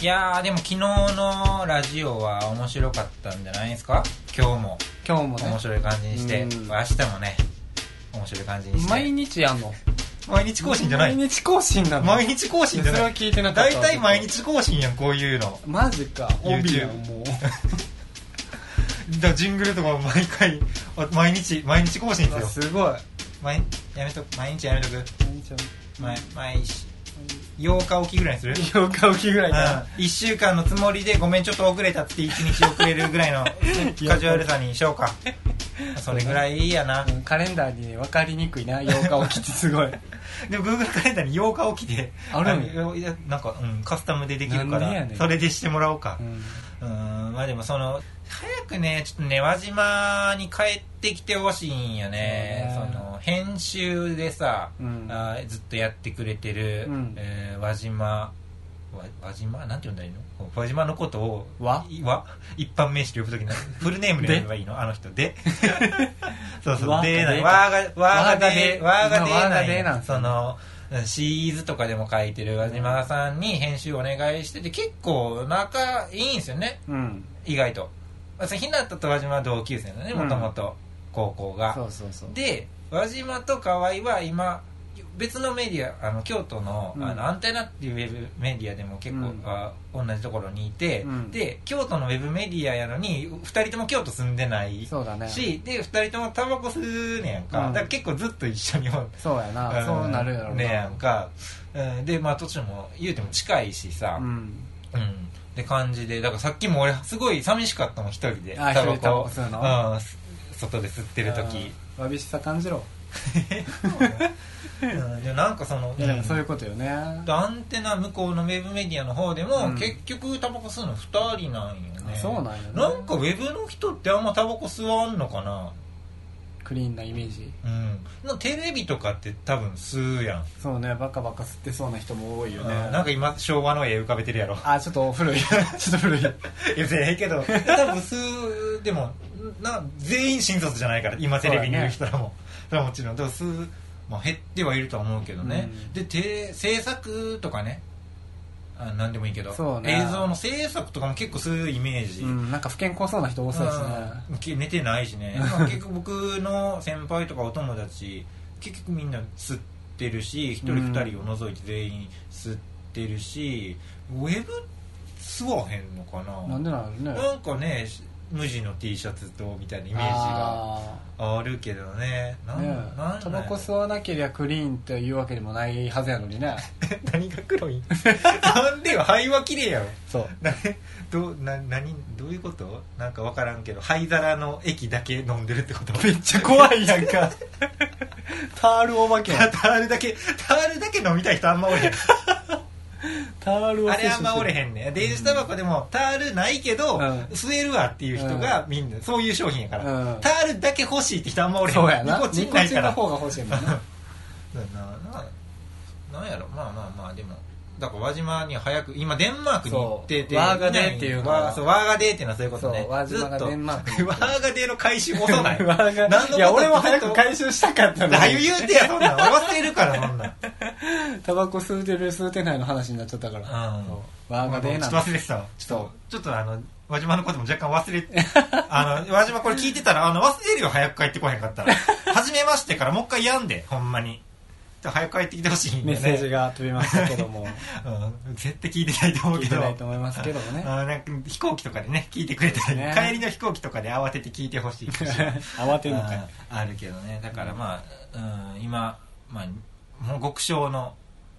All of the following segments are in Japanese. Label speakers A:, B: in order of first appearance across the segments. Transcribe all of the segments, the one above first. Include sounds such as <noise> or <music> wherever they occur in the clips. A: いやーでも昨日のラジオは面白かったんじゃないですか今日も
B: 今日もね
A: 面白い感じにして、
B: うん
A: 明日もね面白い感じにして
B: 毎日やんの
A: 毎日更新じゃない
B: 毎日更新なの
A: 毎日更新じゃ
B: それ
A: な
B: はい聞いてなかっ
A: 大
B: た
A: 体毎日更新やんこういうの
B: マジか
A: YouTube
B: 帯やんもう
A: だからジングルとかも毎回あ毎日毎日更新
B: うわ
A: ですよ
B: すごい
A: 毎やめとく毎日やめとく毎毎日8日おきぐらいにする
B: 8日起きぐらいだ
A: 1週間のつもりでごめんちょっと遅れたって1日遅れるぐらい
B: <laughs>
A: のカジュアルさにしようかそれぐらいいいやな
B: な、うんカレンダーにね分かりにくいな8日起きってすごい
A: でも Google カレンダーに8日起きて
B: あるん
A: のいやなんか、うん、カスタムでできるか
B: なんでや
A: ら
B: ねん
A: それでしてもらおうか
B: うん
A: うんまあでもその早くねちょっとね輪島に帰ってきてほしいんよね
B: そう
A: そ
B: ね
A: の編集でさ、
B: うん
A: あーずっとやってくれてる、
B: うん
A: えー輪島わ輪島なんて呼んだらいいの輪島のことを
B: わ
A: いわ一般名詞で呼ぶと
B: <laughs>
A: きなフルネームで呼べばいいのあの人でそうそう
B: わ
A: で
B: が
A: な
B: で
A: いわーがわーがで
B: わ
A: わ
B: ー
A: ーが
B: が
A: で
B: で
A: な
B: わーがで
A: い
B: なん
A: の
B: ですね
A: そのシーズとかでも書いてる輪島さんに編集お願いしてて結構仲いいんですよね
B: うん
A: 意外とまあその日向と輪島は同級生なのね
B: うん
A: もともと高校
B: そ
A: が、
B: うそうそう
A: で輪島と河合は今別のメディアあの京都の,、
B: うん
A: あのアンテナっていうウェブメディアでも結構、
B: うん
A: あ同じところにいて、
B: うん
A: で京都のウェブメディアやのに2人とも京都住んでない
B: そうだね
A: しで2人ともタバコ吸うねやんか、
B: うん
A: だから結構ずっと一緒におる
B: そうやなそうなるやろな
A: ねやんか、うん、でまあ年も言うても近いしさ
B: う、ん
A: うんって感じでだからさっきも俺すごい寂しかったもん一人で
B: あ一人でタバコ吸うの
A: うんす外で吸ってる時
B: わびしさ感じろ
A: うんでなんかその
B: いやでもそういううことよね
A: んアンテナ向こうのウェブメディアの方でも、
B: うん
A: 結局タバコ吸うの2人なんよね
B: そうなんよね
A: なんかウェブの人ってあんまタバコ吸わんのかな
B: クリーンなイメージ
A: うんのテレビとかって多分吸うやん
B: そうねバカバカ吸ってそうな人も多いよね
A: うんなんか今昭和の絵浮かべてるやろ
B: あちょっと古い <laughs> ちょっと古い
A: いやええけど多分数でもな全員新卒じゃないから今テレビにいる人らもそれはもちろんでも数、まあ、減ってはいるとは思うけどね、
B: うん
A: でて制作とかねあ何でもいいけど、
B: そうね
A: 映像の制作とかも結構するイメージ、
B: うんなんか不健康そうな人多そうですね
A: うんき寝てないし
B: <laughs>
A: ねまあ結局僕の先輩とかお友達結局みんな吸ってるし一人
B: うん
A: 二人を除いて全員吸ってるし、ウェブ吸わへんのかな
B: なんでなのね
A: なんかね無地の T シャツとみたいなイメージが
B: あ
A: あるけどねな
B: ー
A: ん
B: ね
A: なん
B: タバコ吸
A: う
B: わなけりゃクリーンというわけでもないはずやのにね
A: <laughs> 何が黒い <laughs> なんでよ灰は綺麗やろ <laughs>
B: そう
A: などうな何どういうことなんか分からんけど灰皿の液だけ飲んでるって
B: <laughs>
A: こと
B: めっちゃ怖いや
A: <laughs>
B: んかタールお化けやん
A: タールだけタールだけ飲みたい人あんまおれ
B: <laughs>
A: へん
B: タールを
A: あ
B: 摂取
A: れあんまおれ
B: ん
A: へんね電子タバコでもタールないけど、
B: うん
A: 吸えるわっていう人がみんな、そういう商品やから、
B: うん
A: タールだけ欲しいって人あんまおれへん
B: そうやな
A: ニコチン <laughs> ないから
B: ニコチンの方が欲しいもんね
A: だなななんやろまあまあまあでもだから輪島には早く今デンマークに行ってて
B: そうワーガデーっていうのは
A: ワーそうワーガデーっていうのはそういうことね
B: そうワー島が
A: ずっと
B: デンマークに行っ
A: <laughs>
B: て
A: ワーガデーの回収も遅
B: <laughs>
A: ない
B: わが
A: 何の
B: いや
A: こと
B: 俺も早く回収したかったの
A: だいぶ
B: に
A: 言うてやそんなん俺忘れるからそんなん
B: タバコ吸うてる吸うてないの話になっちゃったから
A: うん
B: そうわがで
A: ちょ
B: な
A: っと
B: んだ
A: 忘れてたわちょっ
B: そう
A: とちょっとあの輪島のことも若干忘れて <laughs> あの輪島これ聞いてたらあの忘れるよ早く帰ってこへんかった
B: <laughs>
A: ら初めましてからもう一回やんでほんまにちょっと早く帰ってきてほしいんで
B: メ
A: ね
B: ッセージが飛びましたけ
A: <laughs>
B: ども
A: うん、絶対聞いてないと思う
B: 聞
A: け
B: いて
A: ど
B: ないと思いますけどもね
A: あーなんか飛行機とかでね聞いてくれた
B: そう
A: り、
B: ですね
A: 帰りの飛行機とかで慌てて聞いてほしい
B: <laughs> 慌てんのかよ
A: あーあるけどねだからまあ、うん、今、まあ、もう極小の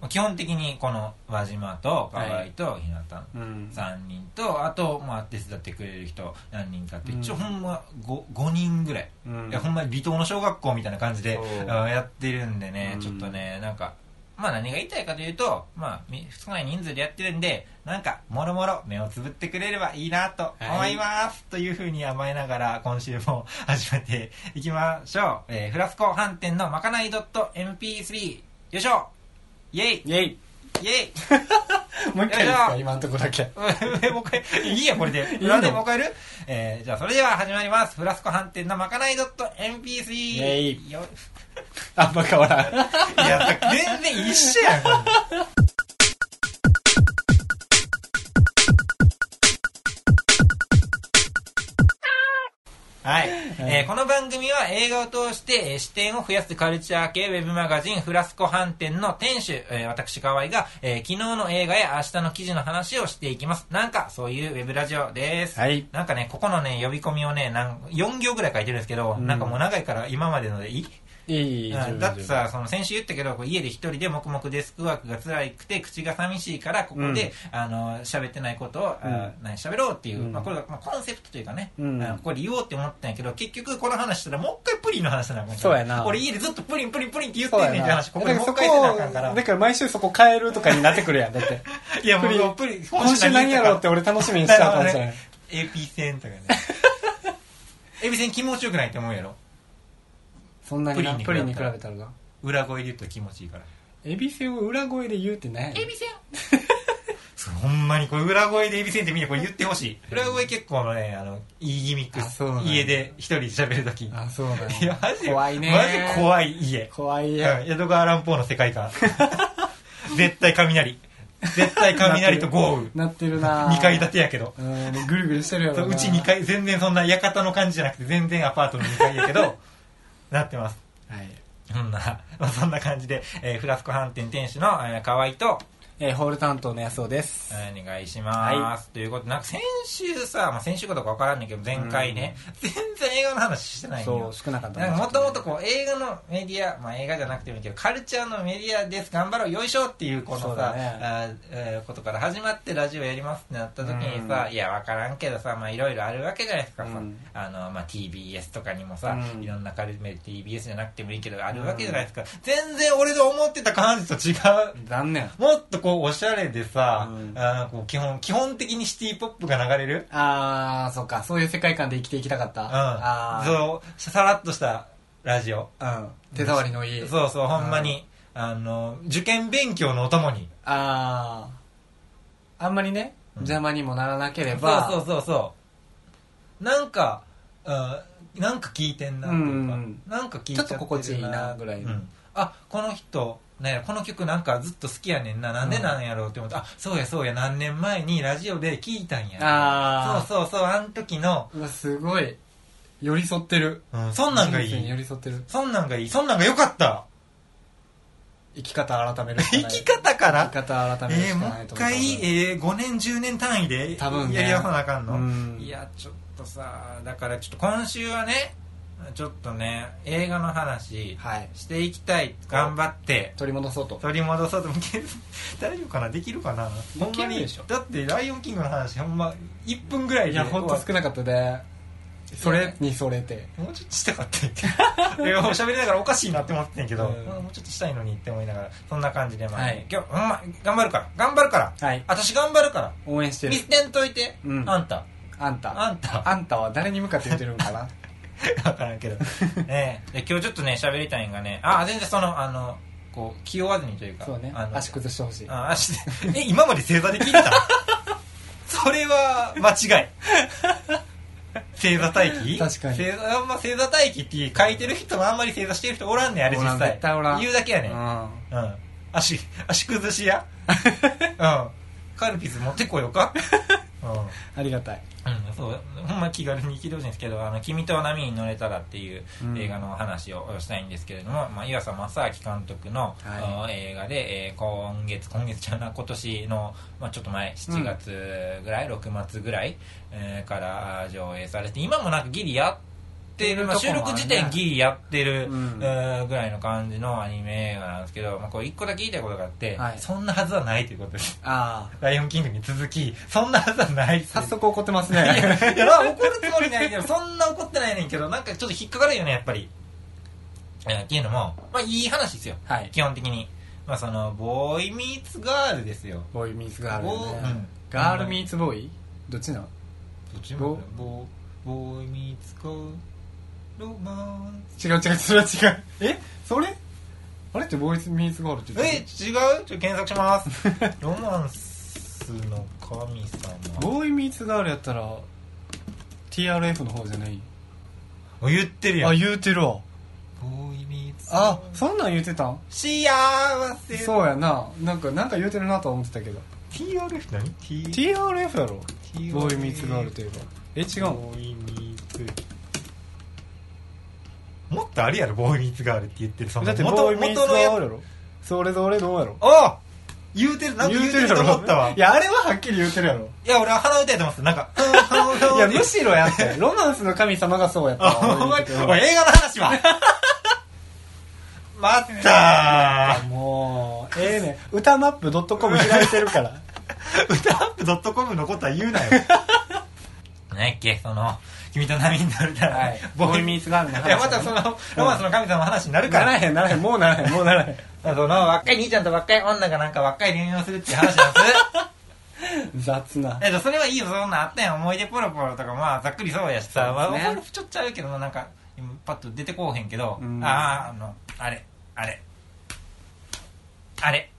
A: 基本的にこの輪島と河合と日向
B: うん
A: 3人と、あと、まあ、手伝ってくれる人何人かって
B: うん
A: 一応ほんま 5, 5人ぐらい,、
B: うん
A: いやほんまに離島の小学校みたいな感じで
B: そう
A: あやってるんでね、
B: うん
A: ちょっとねなんかまあ何が言いたいかというと、まあ、み少ない人数でやってるんでなんかもろもろ目をつぶってくれればいいなと思います、というふうに甘えながら今週も <laughs> 始めていきましょう、えーフラスコ飯店のまかない .mp3 よいしょイェイ
B: イェイ
A: イェイ
B: もう一回いいですか今のとこだけ <laughs>
A: <laughs> もう一回、いいや、これで。
B: いいの
A: 裏でもう一回やるえー、じゃあ、それでは始まります。フラスコ飯店のまかない .mp3。
B: イェイ
A: よ
B: あんま変わらん
A: いや、全然一緒やん。組は映画を通して、えー視点を増やすカルチャー系ウェブマガジンフラスコ飯店の店主、えー私河合が、えー昨日の映画や明日の記事の話をしていきます。なんかそういうウェブラジオです。
B: はい
A: なんかね、ここのね、呼び込みをね、なん4行ぐらい書いてるんですけど、
B: うん
A: なんかもう長いから今までのでいい
B: いいいい
A: うんだってさその先週言ったけどこう家で一人で黙々デスクワークが辛くて口が寂しいからここで、あの喋ってないことを、あ何喋ろうっていう、
B: うん
A: まあ、これが、まあ、コンセプトというかね、
B: うん
A: あのここで言おうって思ったんやけど結局この話したらもう一回プリンの話になるもん
B: そうやな
A: 俺家でずっとプリンプリンプリンって言って
B: そ
A: ん
B: う
A: ねん
B: や
A: って
B: な
A: 話ここでもう一
B: だ
A: 回
B: ら
A: せなあか
B: そ
A: んか
B: こ
A: ら
B: だから毎週そこ変えるとかになってくるやんだって
A: <laughs> いやも
B: プリ
A: う
B: ン
A: プリン
B: 今週何やろうって俺楽しみにしちゃうかもしれ
A: な
B: な
A: る
B: い
A: ほどねエビせんとかねエビせん気持ちよくないって思うやろ
B: そんなにな
A: プ
B: プ
A: リ
B: リ
A: ン
B: ン
A: に
B: に
A: 比
B: 比
A: べたら
B: べたらな
A: 裏声で言うと気持ちいいから
B: エビセを裏声で言うってね
A: エビせんそうほんまにこれ裏声でエビせんってみんなこれ言ってほしい裏声結構ねあのいいギミック
B: あそうなんや
A: 家で一人で喋るときい
B: あそうだ
A: や
B: ね
A: マジ
B: 怖いね
A: マジ怖い家
B: 怖いや
A: うん江戸川乱歩の世界観 <laughs> 絶対雷絶対雷と豪
B: <laughs>
A: 雨
B: なってるな
A: 2階建てやけど
B: うんぐるぐるしてるや
A: そ
B: ろ
A: ううち2階全然そんな館の感じじゃなくて全然アパートの2階やけど <laughs> なってます
B: はい
A: そんな、まあ、そんな感じで、えーフラスコ飯店店主の、えー、河合と
B: えーホール担当の安尾です
A: お願いします、
B: は
A: ということでなんか先週さ、まあ、先週かどうかわからんねんけど前回ね、全然映画の話してないん
B: そ
A: よ
B: う少なかった
A: なんかもともとこう映画のメディア、まあ、映画じゃなくてもいいけどカルチャーのメディアです頑張ろうよいしょっていうこの
B: そう
A: さ、
B: だね
A: あーえーことから始まってラジオやりますってなった時にさ、いやわからんけどさまあいろいろあるわけじゃないですかさ、
B: うん
A: あのまあ、TBS とかにもさ、
B: うん
A: いろんなカルチャー TBS じゃなくてもいいけどあるわけじゃないですか、全然俺の思ってた感じと違う
B: 残念
A: もっとこうおしゃれでさ、
B: うん
A: あーこう基本基本的にシティポップが流れる、
B: あーそっかそういう世界観で生きていきたかった
A: うん、
B: あー
A: そうさらっとしたラジオ
B: うん手触りのいい
A: そうそうほんまにあの受験勉強のお供に
B: あああんまりね
A: うん
B: 邪魔にもならなければ
A: そうそうそうそうなんか、うん、なんか聞いてんなっていうか、
B: うん
A: なんか聞いちゃってる
B: ちょっと心地いいなぐらいの
A: うんあこの人なんやろこの曲なんかずっと好きやねんななんでなんやろうって思って、あそうやそうや何年前にラジオで聞いたんや
B: あー
A: そうそうそうあの時の、
B: うわすごい寄り添ってる
A: うん、そんなんがい
B: 人生に寄
A: い
B: り添ってる
A: そんなんがいいそんなんが良かった
B: 生き方改めるしか
A: 生
B: ない
A: き方か
B: 生
A: ら
B: き方改める
A: え
B: し
A: ー、
B: か
A: も
B: な
A: う
B: い
A: 一
B: と思う
A: 回、えー、5年10年単位で
B: 多分ね
A: やり直さなあかんの、
B: うん
A: いやちょっとさだからちょっと今週はねちょっとね映画の話
B: はい
A: していきたい頑張って
B: 取り戻そうと
A: 取り戻そうと思うけど <laughs> 大丈夫かなできるかなほんま
B: いける
A: に
B: でしょ
A: だって「ライオンキング」の話ほんま1分ぐらいで
B: いや本当少なかったでそれにそれて
A: もうちょっとしたかったって
B: <laughs>
A: いや喋りながらおかしいなって思ってんけど、
B: うん
A: もうちょっとしたいのにって思いながらそんな感じでまあ、
B: はい
A: 今日ほんま頑張るから頑張るから
B: はい
A: 私頑張るから
B: 応援してる
A: 見捨てんといて、
B: うん
A: あんた
B: あんた
A: あんた
B: あんたは誰に向かって言ってるんかな
A: 分からんけど、ねえ、で今日ちょっとね喋りたいんがねあ全然そのあのこう気負わずにというか
B: <laughs> そうね
A: あの
B: 足崩してほしい
A: あ足え今まで正座で聞いた
B: <laughs>
A: それは間違い正座待機
B: 確かに
A: 正座あんま正座待機って書いてる人もあんまり正座してる人おらんねんあれ
B: お
A: 実
B: らん
A: 際
B: 絶対おらん
A: 言うだけやねん、うん
B: う
A: 足足崩し
B: <laughs>
A: やうんカルピス持ってこようかうん
B: んありがたい
A: うん、そうほんま気軽に聞いてほしいんですけど「あの君と波に乗れたら」っていう
B: うん
A: 映画の話をしたいんですけれども、まあ、岩佐正明監督の、
B: はい
A: あの映画で、えー今月今月じゃない今年の、まあ、ちょっと前7月ぐらい、6月ぐらい、えーからあー上映されて今もなんかギリやってる、まあ、
B: そう
A: 収
B: いうとこも
A: 録
B: あるね
A: 時点ギリやってる、
B: うん
A: えーぐらいの感じのアニメ映画なんですけど、まあ、これ一個だけ言いたいことがあって、
B: はい
A: そんなはずはないということです。
B: ああ
A: ライオンキングに続き、そんなはずはないっていう
B: 早速怒ってます
A: いやい
B: ね
A: やな怒るつもりないけどそんな怒ってないねんけどなんかちょっと引っかかるよねやっぱり、えーっていうのもまあいい話ですよ
B: はい
A: 基本的にまあそのボーイミーツガールですよ
B: ボーイミーツガール
A: ボ
B: よ
A: ーうん
B: ねガールミーツボーイどっちなの
A: どっち
B: も
A: もボボーイミーツガールロマン
B: 違う違うそれは違うえそれあれってボーイミーツガールって言っ
A: え違
B: て
A: うちょっと検索します
B: <laughs>
A: ロマンスの神
B: た
A: 様
B: ボーイミーツガールやったら TRF の方じゃない
A: お言ってるや
B: あ
A: ん
B: 言うてるわ
A: ボーイミーツ
B: あそんなん言うてたん
A: 幸せ
B: そうやななんかなんか言うてるなとは思ってたけど
A: TRF 何 T-
B: TRF やろボーイミーツガールといえばえ違うの
A: ボーイミーツもっとあるやろボーイミーツガールって言ってるその
B: だって
A: 元
B: ボーイミーツ
A: 元のや
B: がおるやろそれぞれどうやろ
A: あ言うてるなんか言うてると思った <laughs> わい
B: い
A: や
B: やあれははっきり言うてるやろ
A: 俺は鼻歌やってます <laughs> なんか「ふんふんふん
B: いやむ
A: って
B: しろやってロマンスの神様がそう
A: <laughs>
B: やった
A: あお
B: わ
A: 前おい映画の話は <laughs> 待った
B: もうええねん歌マップ .com 開いてる
A: <laughs>
B: から
A: ー歌アップドットコムのことは言うなよ <laughs> 何やっけその君と波になるから、
B: はいボーイミーツガールの話
A: いやまたそのロマンスの神様の話になるか
B: な
A: ら、
B: らへんならへんもうならへんもうならへん
A: その若い兄ちゃんと若い女がなんか若い恋愛をするっていう話なんです
B: 雑な
A: えっとそれはいいよそんなんあったやん思い出ポロポロとかまあざっくりそうやしさ、まあ
B: そうですね
A: 思い出ちょっとちゃうけどなんか今パッと出てこうへんけど
B: うん
A: あああのあれあれあれ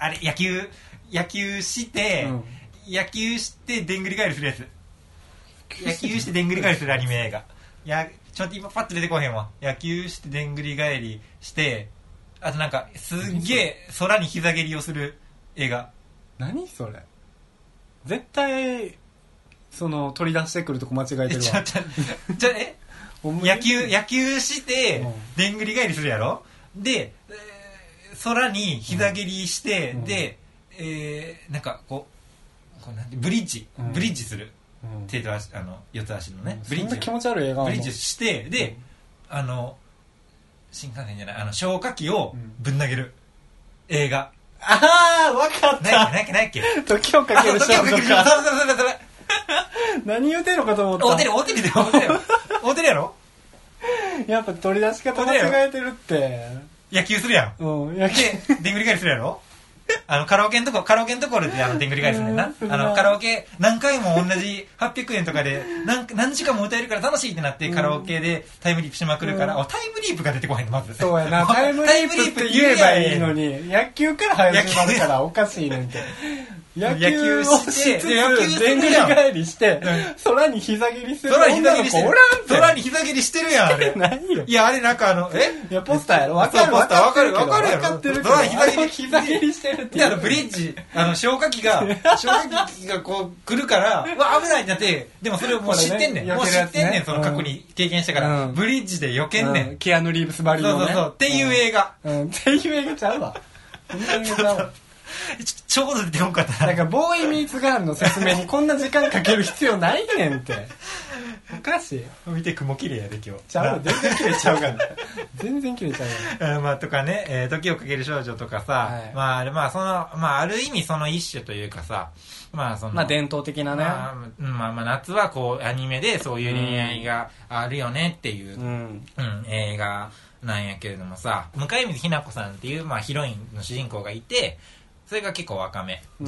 A: あれ野球野球して、
B: うん
A: 野球してでんぐり返りするやつ野球してでんぐり返りするアニメ映画いやちょっと今パッと出てこへんわ野球してでんぐり返りしてあとなんかすっげえ空に膝蹴りをする映画
B: 何それ絶対その取り出してくるとこ間違え
A: え
B: てる
A: ちょ
B: わ
A: ちょちょえ
B: ほんまに
A: 野球野球して、
B: うん
A: でんぐり返りするやろで、えー空に膝蹴りして、
B: うん
A: で、えーなんかこうこうなんてブリッジ、
B: うん
A: ブリッジする
B: うん
A: 手と足あの四つ足のね、ブ
B: そ
A: リ
B: ん
A: ッジ
B: な
A: を
B: 気持ち悪い映画
A: ブリッジしてで、あの新幹線じゃないあの消火器をぶん投げる、映画
B: ああわかっ
A: 何やっけ
B: た
A: 何やっけ何やっけ
B: 時をか
A: あ
B: け
A: そう
B: る
A: 時
B: 少
A: をかけ
B: 女
A: るそれ
B: か
A: それそれ
B: 何言うてんのかと思った
A: 大手る大手る大手る大手るやろ
B: <laughs> やっぱ取り出し方間違えてるって。
A: 野球するやん
B: うん、野球。
A: で、でんぐり返りするやろあの、カラオケのとこ、カラオケのところであの、でんぐり返りするねんな。
B: うん
A: あの、カラオケ何回も同じ800円とかで、何、何時間も歌えるから楽しいってなって、カラオケでタイムリープしまくるから、
B: うん
A: あタイムリープが出てこへんの、まず。
B: そうやな、タイムリープって言えばいいの。に、野球から始まるからおかしいねんて。野球をしつつ、
A: 野球して
B: でんぐり返りして
A: うん、
B: 空に膝蹴りする
A: 空に膝蹴
B: 女の
A: りし
B: 子
A: てる
B: おら
A: 空
B: ん
A: に膝蹴りしてるやん、あ
B: て。
A: れ。
B: ないよ
A: い。や、あれなんかあの、え
B: いや、ポスターやろわか
A: そう
B: る
A: ポ
B: わ
A: スターわか
B: か
A: る
B: る
A: わかるや
B: わ
A: ろ
B: かってるけど。
A: 空に膝蹴り
B: あの膝蹴りしてるって。
A: で、あの、ブリッ。ジ、あの、消火器
B: <laughs>
A: が、消火器がこう、来るから、うわ、危ないってなって、でもそれをもう知ってんねん。
B: これね
A: もう知ってんねん、
B: 避けるやつね
A: その過去に経験したから。
B: うん
A: ブリッジで避けんねん。
B: うんキアヌ・リーブスバリ
A: そ
B: の
A: う
B: ね。
A: そうそう。っていう映画。
B: 画。うん、っていう映画ちゃうわ。そんな映画ちゃうわ。
A: ちちょうど出てこんかった
B: なん
A: な。
B: かボーイミーツガールの説明にこんな時間かける必要ないねんって。おかしい。
A: 見て、雲綺麗やで、今日。
B: ちゃうわ
A: な
B: 全然切れちゃうから。
A: <laughs>
B: 全然切れちゃうか
A: えーまあ、とかね、えー時をかける少女とかさ、
B: はい
A: まあ、あれまあ、その、まあ、ある意味その一種というかさ、まあ、その、
B: ら。まあ伝統的なね。
A: まあ、うんまあ、まあ、夏はこう、アニメでそういう恋愛があるよねっていう
B: うん。
A: うん、映画なんやけれどもさ向水ひな子さんっていう、まあ、ヒロインの主人公がいてそれが結構若め、
B: うん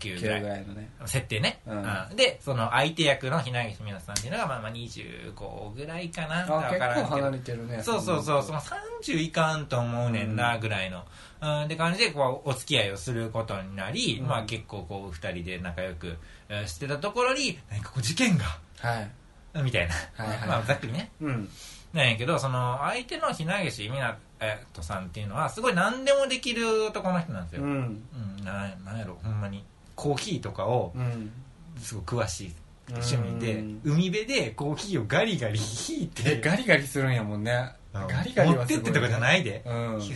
A: 1819ぐらい
B: ぐらいのね。
A: 設定ね、
B: う
A: う
B: ん
A: んでその相手役のひなぎみなさんっていうのが、まあ、まあ25ぐらいかなわ
B: あ、
A: か
B: 結
A: らんけ
B: 構
A: ど
B: 離れてるね。
A: そうそうそう、その30いかんと思うねんな、ぐらいの。うん、って感じで、こう、お付き合いをすることになり、
B: うん
A: まあ結構こう、二人で仲良くえーしてたところに、何かこう、事件が、
B: はい。
A: みたいな。
B: はいはい
A: まあ、ざっくりね。
B: うん。
A: なんやけど、その、相手のひなげしみなえっとさんっていうのは、すごい何でもできる男の人なんです
B: う
A: よ。
B: ん。
A: うん、ななんやろ、ほんまに。コーヒーとかを、
B: うん。
A: すごい詳しい趣味で
B: うん、
A: 海辺でコーヒーをガリガリ引い
B: で、
A: て、
B: ガリガリするんやもんね。
A: あの
B: ガリガリ
A: 持
B: は
A: って
B: す
A: っ
B: ごい
A: てとかじゃないで。
B: う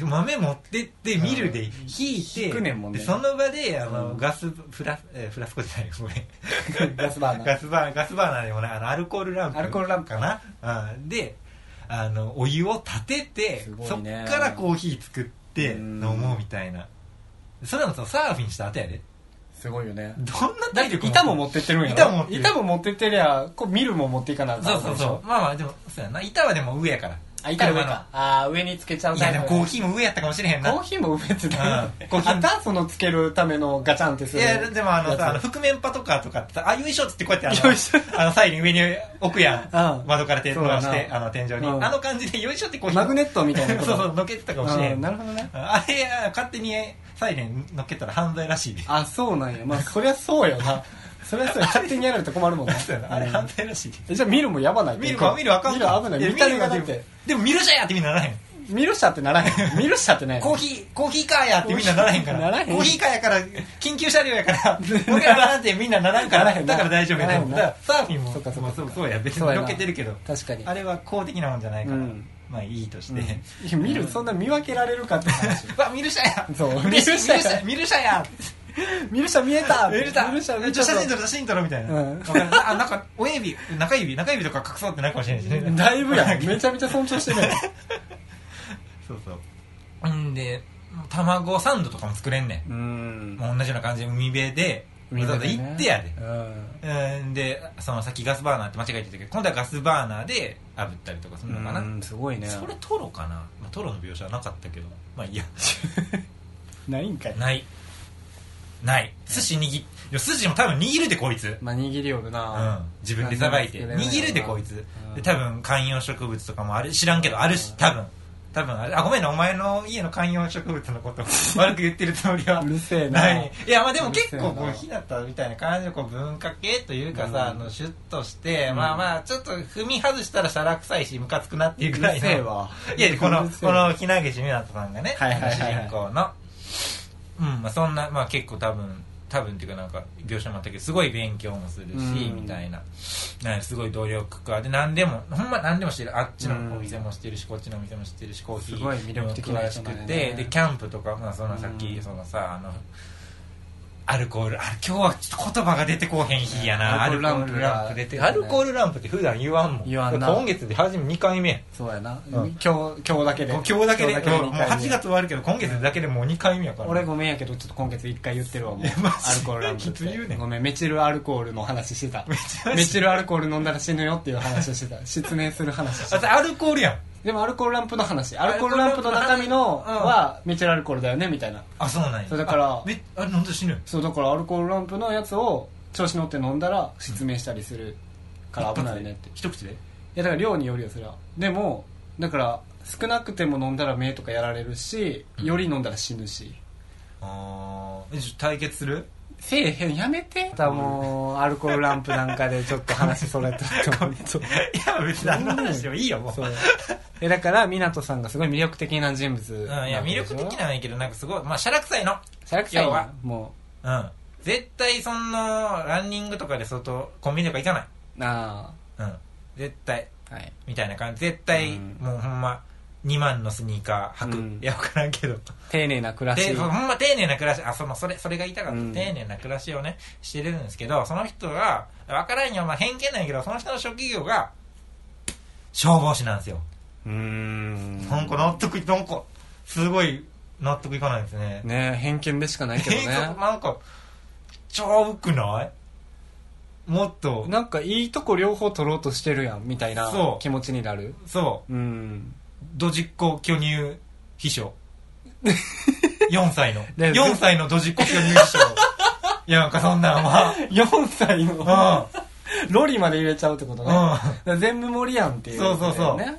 B: ん。
A: 豆持ってってミルで
B: うん
A: 引いて、
B: 引くねんもんね
A: でその場であの、
B: うん
A: ガスフラえーフラスコじゃないよこれ
B: ガスバーナー。
A: ガスバーガスバーナーでもないあのアルコールランプ
B: アルコールランプ
A: かな、うんであのお湯を立てて
B: すご
A: そ
B: い
A: っ
B: ね
A: からコーヒー作って
B: うん
A: 飲もうみたいなそれもさサーフィンした後やです
B: ごいよね。
A: どんな
B: だっ
A: 体
B: て
A: 力
B: 板も持ってってるんやろ
A: 板も持ってる
B: 板も持ってってりゃこう見るもん持っていかなあかん
A: そうそうそうまあまあでもそうやな板はでも上やから
B: あ板上かあー上につけちゃう
A: いやでもコー
B: ヒ
A: ヒーも上やったかもしれへんな
B: コーヒーも上ってだ
A: うん
B: コーヒーあたそのつけるためのガチャンってす
A: い
B: る
A: や、でもあの
B: やつ
A: さ、あの、覆面パとかとかってさ、あ、よいしょっつってこうやってあ
B: よいしょ
A: の、あの、サイン上に置くや
B: うん
A: ん。窓から手伸ばし
B: そう
A: て
B: だ、な
A: あの、天井に。
B: うん
A: あの感じで、よいしょってこう、
B: マグネットみたいなこ
A: <laughs> そ
B: と
A: うそう、のっけてたかもしれ。
B: うんん
A: あ
B: なるほどね
A: れ、勝手にサイレン乗っけたら犯罪らしいで。
B: あそうなんやまあそりゃそうよなそりゃそうや勝手にやられると困るもんね
A: <laughs> そうやな <laughs> あれ
B: うん
A: 犯罪らしいで。
B: えじゃあ見るもやばない
A: 見るわ、見るわあかん
B: 見
A: か
B: る危ない見
A: や
B: た
A: 見
B: 目
A: る
B: が
A: は
B: だ
A: で
B: っ
A: も
B: て
A: でも見るじゃやってみんなならへん。
B: 見るしたってなら
A: <laughs>
B: へん。見るしたってない。
A: コーヒー、コーヒーカーやってみんなならへんから。
B: ならへん
A: コーヒーカーやから、緊急車両やから、 <laughs> 僕らなんてみんなならんから。
B: ならへんな
A: だから大丈夫や
B: なら
A: ね
B: へんな
A: だからサーフィンも、
B: そっかそっか
A: まあそうそうや、別
B: そう
A: に
B: や
A: ロ
B: な
A: ケてるけど。
B: 確かに。
A: あれは公的なもんじゃないから、
B: うん
A: まあいいとして。
B: いや見る、そんな見分けられるかっ
A: <laughs>
B: て話。
A: わ、見る車や
B: そう
A: 嬉しい
B: 見る車や
A: 見る車や
B: 見るした見えた
A: 見る車
B: 見るした見え
A: ちょ
B: た
A: 写真撮ろう、写真撮ろうみたいな。
B: うん
A: わかるあ、なんか、親指、中指、中指とか隠そうってないかもしれないしね。
B: だいぶやん。めちゃめちゃ尊重してるやん。
A: そうそう。んで、卵サンドとかも作れんね
B: うーん
A: ん。 <laughs> もう同じような感じで海辺で、
B: みん
A: わ
B: な
A: ざわざ
B: でね
A: 行ってやで。
B: うん。
A: うんで、そのさっきガスバーナーって間違えてたけど、今度はガスバーナーで炙ったりとかするのかな。
B: うんすごいね。
A: それトロかな、まあ、トロの描写はなかったけど、まあいいや。 <laughs>
B: ないんかい。
A: ない。ない。寿司握っ、いや寿司も多分握るでこいつ。
B: まあ、握りよる
A: う
B: な。
A: ん、自分でさばいて
B: まあそうですけど
A: 握
B: ね
A: るでこいつ、
B: うん
A: で多分観葉植物とかもある知らんけどあるし
B: うん
A: 多分多分あるあごめんねお前の家の観葉植物のこと悪く言ってるつもりは
B: うるせえな。
A: ないいやまあでも結構こ
B: う
A: う
B: るせ
A: ひなたみたいな感じのこう文化系というかさ、
B: うん
A: あのシュッとして、
B: うん
A: まあまあちょっと踏み外したらしゃらくさいしムカつくなっていう
B: う
A: ぐら
B: る
A: い
B: せ
A: の
B: えわ。
A: いやこ
B: う
A: の
B: るせえ
A: このひなげしみなたさんがね、
B: はいはいはいはい
A: 主人公のうんまあそんなまあ結構多分多分っていうかなんか描写もあったけどすごい勉強もするし、
B: う
A: み
B: ん
A: たいななんかすごい努力家で何でもほんま何でもしてるあっちの
B: うん
A: お店もしてるし、こっちのお店もしてるしコーヒー
B: すごい魅力的な
A: も詳
B: 人
A: し
B: だ
A: く
B: よね
A: て、でキャンプとか、まあ、そのさっき
B: うん
A: そのさあのアルコールあ今日はちょっと言葉が出てこうへん日やな、
B: ア
A: アル
B: ル
A: コ
B: コ
A: ー
B: ー
A: ル
B: ル
A: ラ
B: ラ
A: ンプ
B: ンプ
A: 出
B: 出
A: て
B: て
A: アルコールランプって普段言わんもん
B: 言わんな
A: 今月で初め2回目やん
B: そうやな。
A: う
B: 今
A: ん
B: 日、今日だけで。
A: 今日だけで
B: 今日
A: もう
B: 二回目
A: 8月終わるけど今月だけでもう2回目やから
B: 俺ごめんやけど、ちょっと今月一回言ってるわ、もう。ア
A: や
B: ル
A: マジで
B: コールランプっ
A: きつい言うね
B: て。ごめん、メチルアルコールの話してた。
A: ル
B: メチルアルコール飲んだら死ぬよっていう話をして
A: <laughs>
B: た。失明する話して
A: あ
B: た。
A: アルコールやん
B: でもアルコールランプの話。アルコールランプの中身の
A: うん
B: は、メチルアルコールだよね、みたいな。
A: あそうなんや
B: そうだから
A: あであれなんで死ぬん
B: そうだからアルコールランプのやつを調子乗って飲んだら失明したりするから危ないねってい
A: 一口で
B: やだから量によるよそれはでもだから少なくても飲んだら目とかやられるし
A: うん
B: より飲んだら死ぬし、
A: あーえちょ対決する
B: せえへんやめてまたもうアルコールランプなんかでちょっと話 <laughs> それたって思うと
A: <laughs> いや別にあの話でもいいよもう
B: そうえだから湊さんがすごい魅力的な人物
A: うんいや魅力的なんやけどなんかすごいまあしゃらくさいの
B: シャラクさん
A: 要は
B: はも
A: うん絶対そんなランニングとかで外コンビニとか行かないう
B: あ
A: うん絶対
B: あはい
A: みたいな感じ絶対
B: うん
A: もうほんま2万のスニーカー履く、
B: うん
A: いや分からんけど
B: 丁寧な暮らし
A: でほんま丁寧な暮らしあそのそれそれが言いたかった、
B: うん
A: 丁寧な暮らしをねしてるんですけどその人が分からんよ、まあ、偏見なんやけどその人の職業が消防士なんですよ、
B: うん
A: なんか納得いなんかすごい納得いかないですね
B: ね偏見でしかないけ
A: <laughs>
B: どね
A: なんか超うくないもっと
B: なんかいいとこ両方取ろうとしてるやんみたいな
A: そう
B: 気持ちになる
A: そう <laughs>
B: うん
A: ドジっ子巨乳秘
B: <laughs>
A: 書4歳の
B: ね
A: 4歳のドジっ子巨乳
B: <laughs>
A: 秘書いやなんかそんなんは
B: 4歳の
A: う
B: ロリまで入れちゃうってことねだか
A: ん
B: ら全部盛りやんっていう
A: そうそうそう
B: ね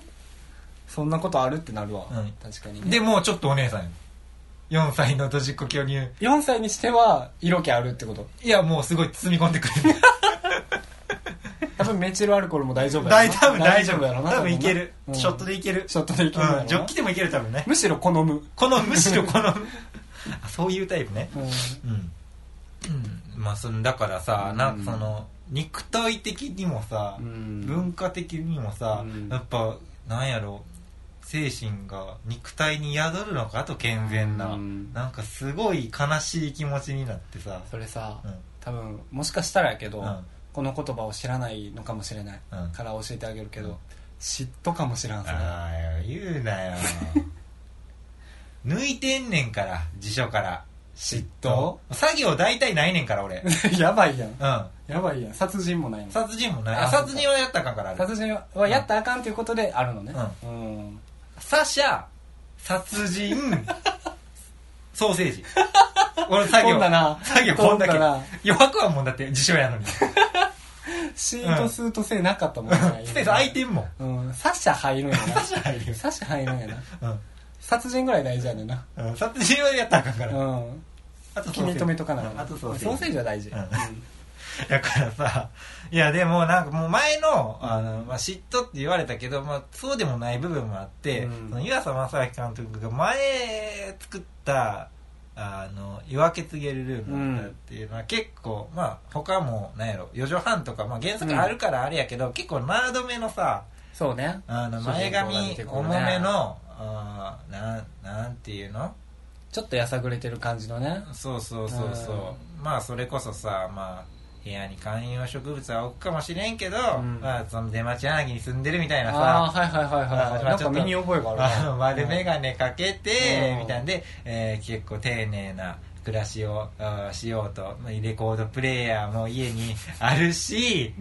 B: そんなことあるってなるわ
A: うん
B: 確かに
A: うん
B: ね
A: でもうちょっとお姉さんよ4歳のドジっ子巨乳
B: 4歳にしては色気あるってこと
A: いやもうすごい包み込んでくれる
B: 多分メチルアルコール <laughs> も大丈夫
A: <laughs> 大
B: やろな
A: 多分大丈夫
B: やろな
A: 多分いける
B: うん
A: ショットでいける
B: ショットでいけるやろ
A: う
B: なん
A: ジョッキでもいける多分ね
B: むしろ好む
A: このむしろ
B: <laughs>
A: このあそういうタイプね
B: うん
A: うん、うん、まあそんだからさ、
B: うん
A: なんかその肉体的にもさ、文化的にもさ、
B: うん
A: やっぱなんやろ精神が肉体に宿るのかと健全な、
B: うん
A: なんかすごい悲しい気持ちになってさ
B: それさ
A: うん
B: 多分もしかしたらやけど
A: うん
B: この言葉を知らないのかもしれない、
A: うん
B: から教えてあげるけど、
A: うん
B: 嫉妬かもしれんそれ
A: ああ言う
B: <laughs>
A: なよ抜いてんねんから辞書から嫉妬作業大体ないねんから俺
B: <laughs> やばいやん
A: う
B: やばいやん殺人もない
A: ん
B: の
A: 殺人もないあ
B: あ
A: 殺人はやったらあかんからあれ
B: 殺人はやったらあかんということであるのねうん、
A: サシャ殺
B: <laughs>
A: 人ソーセージ俺作
B: 飛
A: 業
B: んだな
A: 作業こんだけ
B: 飛んだな
A: 余白はもんだって辞書や
B: <laughs>
A: のに
B: シートスート性なかったもんね、
A: スペース空いてんもん
B: うんサッシャ入るんやな
A: シャ入るよ
B: サッシャ入るんやな殺人ぐらい大事やねんな
A: うんうん殺人はやったらあかんか
B: う
A: ら
B: ん
A: あと
B: 気に留めとかな
A: うんあとソーセージ
B: ソーセージは大事、
A: うん
B: うん
A: <laughs> だからさ、いやでもなんかもう前の、あの、まあ、嫉妬って言われたけど、まあ、そうでもない部分もあって、
B: うん
A: その湯浅正明監督が前作った、あの、夜明け告げるルームだったっていうのは結構、まあ、他も、なんやろ、四畳半とか、まあ、原作あるからあれやけど、結構ナードめのさ、
B: そうね
A: あの、
B: 主人
A: 前
B: 公が出
A: 髪
B: てくるね
A: 重めの、あーなん、なんていうの
B: ちょっとやさぐれてる感じのね
A: そうそうそうそうまあそれこそさまあ部屋に観葉植物は置くかもしれんけど、
B: うん
A: まあその出町柳に住んでるみたいな
B: ああ
A: さ
B: ーはいはいはいはい
A: ま
B: な
A: あ
B: ん
A: ちょ
B: か
A: っと
B: 身に覚えがあ
A: <laughs> あ
B: る
A: の
B: ね
A: 丸眼鏡かけて、
B: うん
A: みたいなんで、えー結構丁寧な暮らしをあーしようとまあレコードプレーヤーも家
B: <laughs>
A: にあるし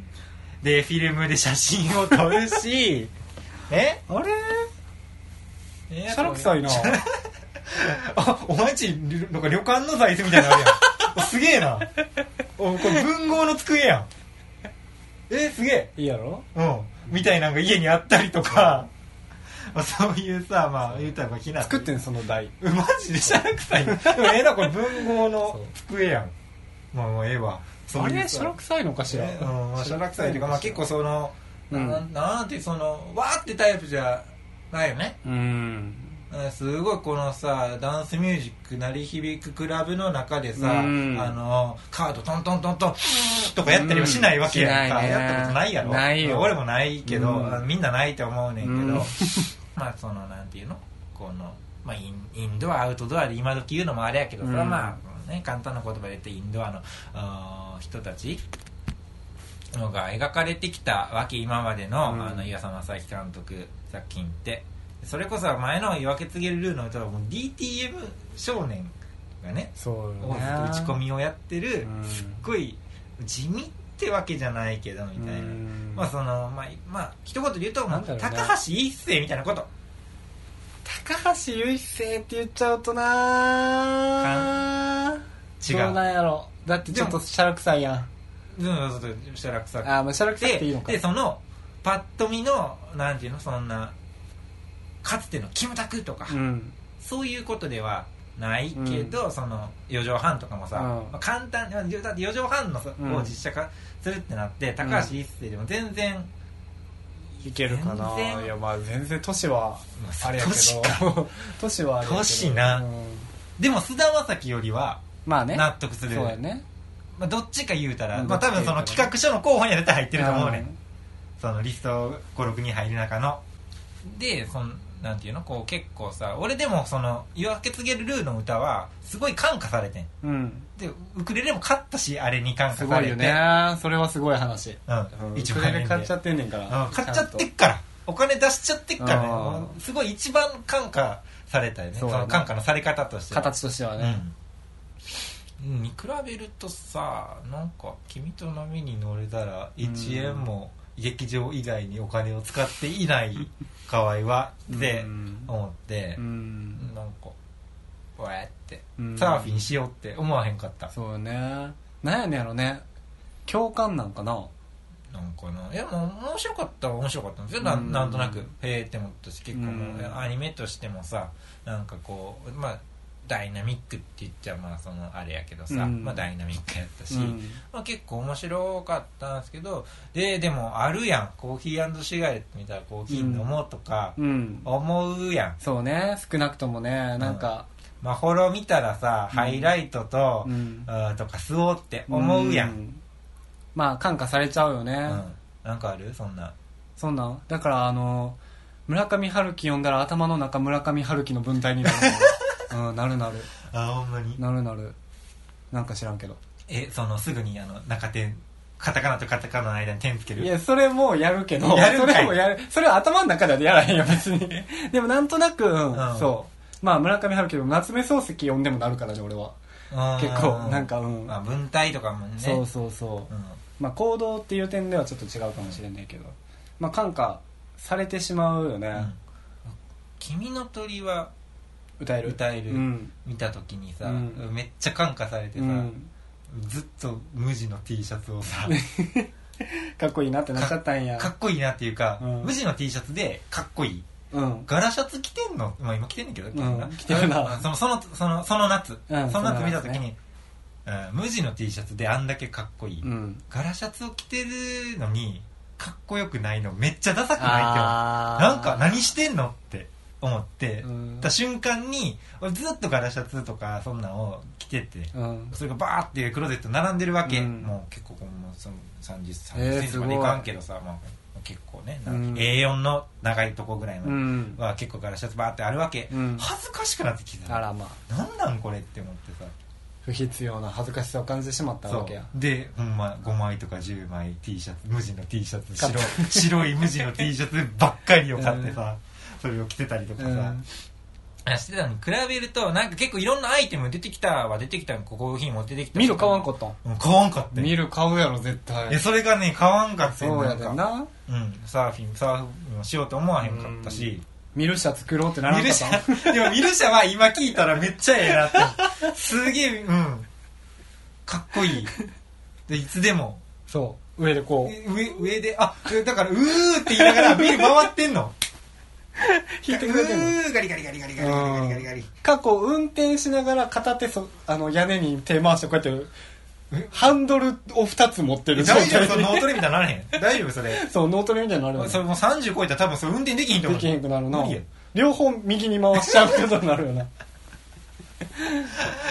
A: でフィルムで写真を撮る
B: <laughs>
A: しえ
B: あれ
A: え
B: シャラ臭いな
A: あお前んちりなんか旅館の座椅子みたいなのあるやん <laughs> おすげえなおこれ文豪の机やんえすげえ <laughs>
B: いいやろ
A: うんみたいなんが家にあったりとか、 <laughs> まあそういうさまあ言うたらこれひな
B: 作ってんその台
A: うんマジでしゃらくさいねでもええなこれ文豪の机やんまあもうええわ
B: あれシャラ臭いのかしら
A: えうんまあしゃらくさいというかまあ結構その、
B: うん
A: なんなんてそのわーってタイプじゃないよね
B: うん
A: うんすごいこのさダンスミュージック鳴り響くクラブの中でさ、
B: うん
A: あのカードトントントントンとかやったりはしないわけやんか、
B: うんしないね
A: やったことないやろ
B: ないよ
A: 俺もないけど、
B: うん
A: あみんなないと思うねんけど、
B: うん
A: <laughs> まあそのなんていうのこの、まあ、インインドアアウトドアで今時言うのもあれやけどさ、
B: うん
A: まあね、簡単な言葉で言ってインドアのあー人たちのが描かれてきたわけ今までの,、
B: うん
A: あの岩佐正明監督作品ってそれこそ前の「夜明け告げるルー」の歌はもう DTM 少年がね
B: そうよ
A: を
B: ね
A: 打ち込みをやってる
B: うん
A: すっごい地味ってわけじゃないけどみたいな、
B: うん
A: まあそのまあ、まあ、一言で言うと、まあ
B: なんだろうね
A: 高橋一生みたいなこと
B: 高橋由一生って言っちゃうとな
A: 違う
B: どうなんやろだってちょっとシャラ臭いやん
A: ずんずんとしたら臭くて
B: ああまあシャラ臭いっていいのか
A: でそのパッと見のなんていうのそんなかつてのキムタクとか、
B: うん
A: そういうことではないけど、その4畳半とかもさ、
B: うん
A: まあ簡単にまあだって4畳半のさ
B: うん
A: を実写化するってなって、高橋一生でも全然、
B: いけるかな
A: 全然
B: いやまあ全然都市は
A: まあ
B: あれやけ
A: 都市
B: <laughs> ど都市はあれやけど
A: 都市な
B: うん
A: でも菅田将暉よりは
B: まあね
A: 納得する、
B: そうやね
A: まあ、どっちか言うたら、
B: うん
A: まあ、多分その
B: どっち
A: 企
B: か言う
A: 画書
B: たら
A: の候補には絶対入ってると思うね、
B: ん
A: ん、そのリスト56人入る中のでそのなんていうのこう結構さ俺でもその「夜明け告げるルー」の歌はすごい感化されてん
B: うん
A: でウクレレも買ったしあれに感化
B: す
A: さ
B: ご
A: れて
B: いよねそれはすごい話
A: うん、一番
B: それで買っちゃってんねんから
A: うん買っちゃって
B: ん
A: っからお金出しちゃってっからね
B: うん
A: もうすごい一番感化されたよね
B: そ
A: そう
B: やな
A: の感化のされ方としては
B: 形としては
A: う
B: ね
A: んに比べるとさなんか「君と波に乗れたら1円も劇場以外にお金を使っていない河合は」って
B: うん
A: 思って
B: う、ん
A: なんか「わえ」って、
B: うん
A: サーフィンしようって思わへんかった
B: そうねなんやねんやろね共感なんかな
A: なんかないやもう面白かったは面白かったんですよな
B: うん
A: なんとなくへえって思ったし結構もう
B: うん
A: アニメとしてもさなんかこうまあダイナミックって言っちゃまあそのあれやけどさ、
B: うん
A: まあダイナミックやったし、
B: うん
A: まあ、結構面白かったんですけどででもあるやんコーヒーシガレットみたいなコーヒー飲もうとか
B: うん
A: 思うやん、
B: そうね少なくともねなんか
A: まあほろ見たらさ、ハイライトと、
B: うん
A: あーとか吸おうって思うやん、うん
B: まあ感化されちゃうよね
A: なんかあるそんな
B: そんなんだからあの村上春樹読んだら頭の中村上春樹の文体になる
A: <laughs>
B: のうんなるなる
A: あほんまに
B: なるなるなんか知らんけど
A: えそのすぐにあの中点カタカナとカタカナの間に点つける
B: いやそれもやるけど
A: やるんかい
B: それもやるそれは頭の中ではやらへんよ別にでもなんとなく、うん
A: うん
B: そうまあ村上春樹でも夏目漱石読んでもなるからね俺は
A: うん
B: 結構なんかうん
A: まあ、文体とかもね
B: そうそうそう、
A: うん
B: まあ行動っていう点ではちょっと違うかもしれないけどまあ感化されてしまうよね、
A: うん君の鳥は
B: 歌える
A: 歌える、
B: うん
A: 見た時にさ、
B: うん
A: めっちゃ感化されて
B: う
A: さ、
B: ん、
A: ずっと無地の T シャツをさ
B: かっこいいなってなっちゃったんや
A: かっこいいなっていうか、
B: うん
A: 無地の T シャツでかっこいい
B: うん
A: ガラシャツ着てんの、まあ、今着てんねんけど、
B: うん着てるな
A: そのそのそのその夏、
B: うん
A: その夏見た時に、うん無地の T シャツであんだけかっこいい、
B: うん
A: ガラシャツを着てるのにかっこよくないのめっちゃダサくないって思う
B: あー
A: なんか何してんのって思って、
B: うん
A: た瞬間に俺ずっとガラシャツとかそんなんを着てて、
B: うん
A: それがバーってクローゼット並んでるわけ、
B: うん
A: もう結構このその30
B: え
A: セ
B: ー
A: ンチ
B: す
A: ま
B: ごい
A: でいかんけどさ、まあ、結構ね、な
B: うん
A: A4 の長いとこぐらいの、
B: うん
A: は結構ガラシャツバーってあるわけ、
B: うん
A: 恥ずかしくなってきて
B: あ
A: た
B: らまあ
A: なんなんこれって思ってさ
B: 不必要な恥ずかしさを感じてしまったわけや
A: そうでほんま5枚とか10枚 T シャツ無地の T シャツ白
B: 買っ
A: 白い無地の T シャツ <laughs> ばっかりを買ってさ、それを着てたりとか
B: う
A: さ、
B: ん
A: あしてたのに比べるとなんか結構いろんなアイテム出てきたは出てきたのここ品も出てきた
B: 見る買わんかったん
A: うん買わんかったよ
B: 見る買うやろ絶
A: え
B: 対
A: それがね買わんかったよ
B: そうやで
A: なんか
B: な
A: うんサーフィンサーフィンもしようと思わへんかったし
B: 見る社作ろうってなら
A: ミ
B: んか
A: ル
B: っ
A: シ
B: たん
A: ャ <laughs> でもミルシャは今聞いたらめっちゃええなってすげえうんかっこいいでいつでも
B: そう上でこう
A: え上上であえだからうーって言いながらビル回ってん
B: <laughs>
A: の
B: 引いてくれてる
A: うーガリガリガリガリガリガリガリガリガリ
B: の過去運転しながら片手そあの屋根に手回してこうやってハンドルを2つ持って
A: え
B: る状
A: 大丈
B: 態
A: 夫その脳
B: に
A: トレみたいにならへん大丈夫それ
B: <laughs> そう脳トレみたいになるよね
A: それもう30超えたら多分それ運転できひんと
B: で
A: 思う
B: きへんくなるな
A: 無理や
B: 両方右に回しちゃうことになるよな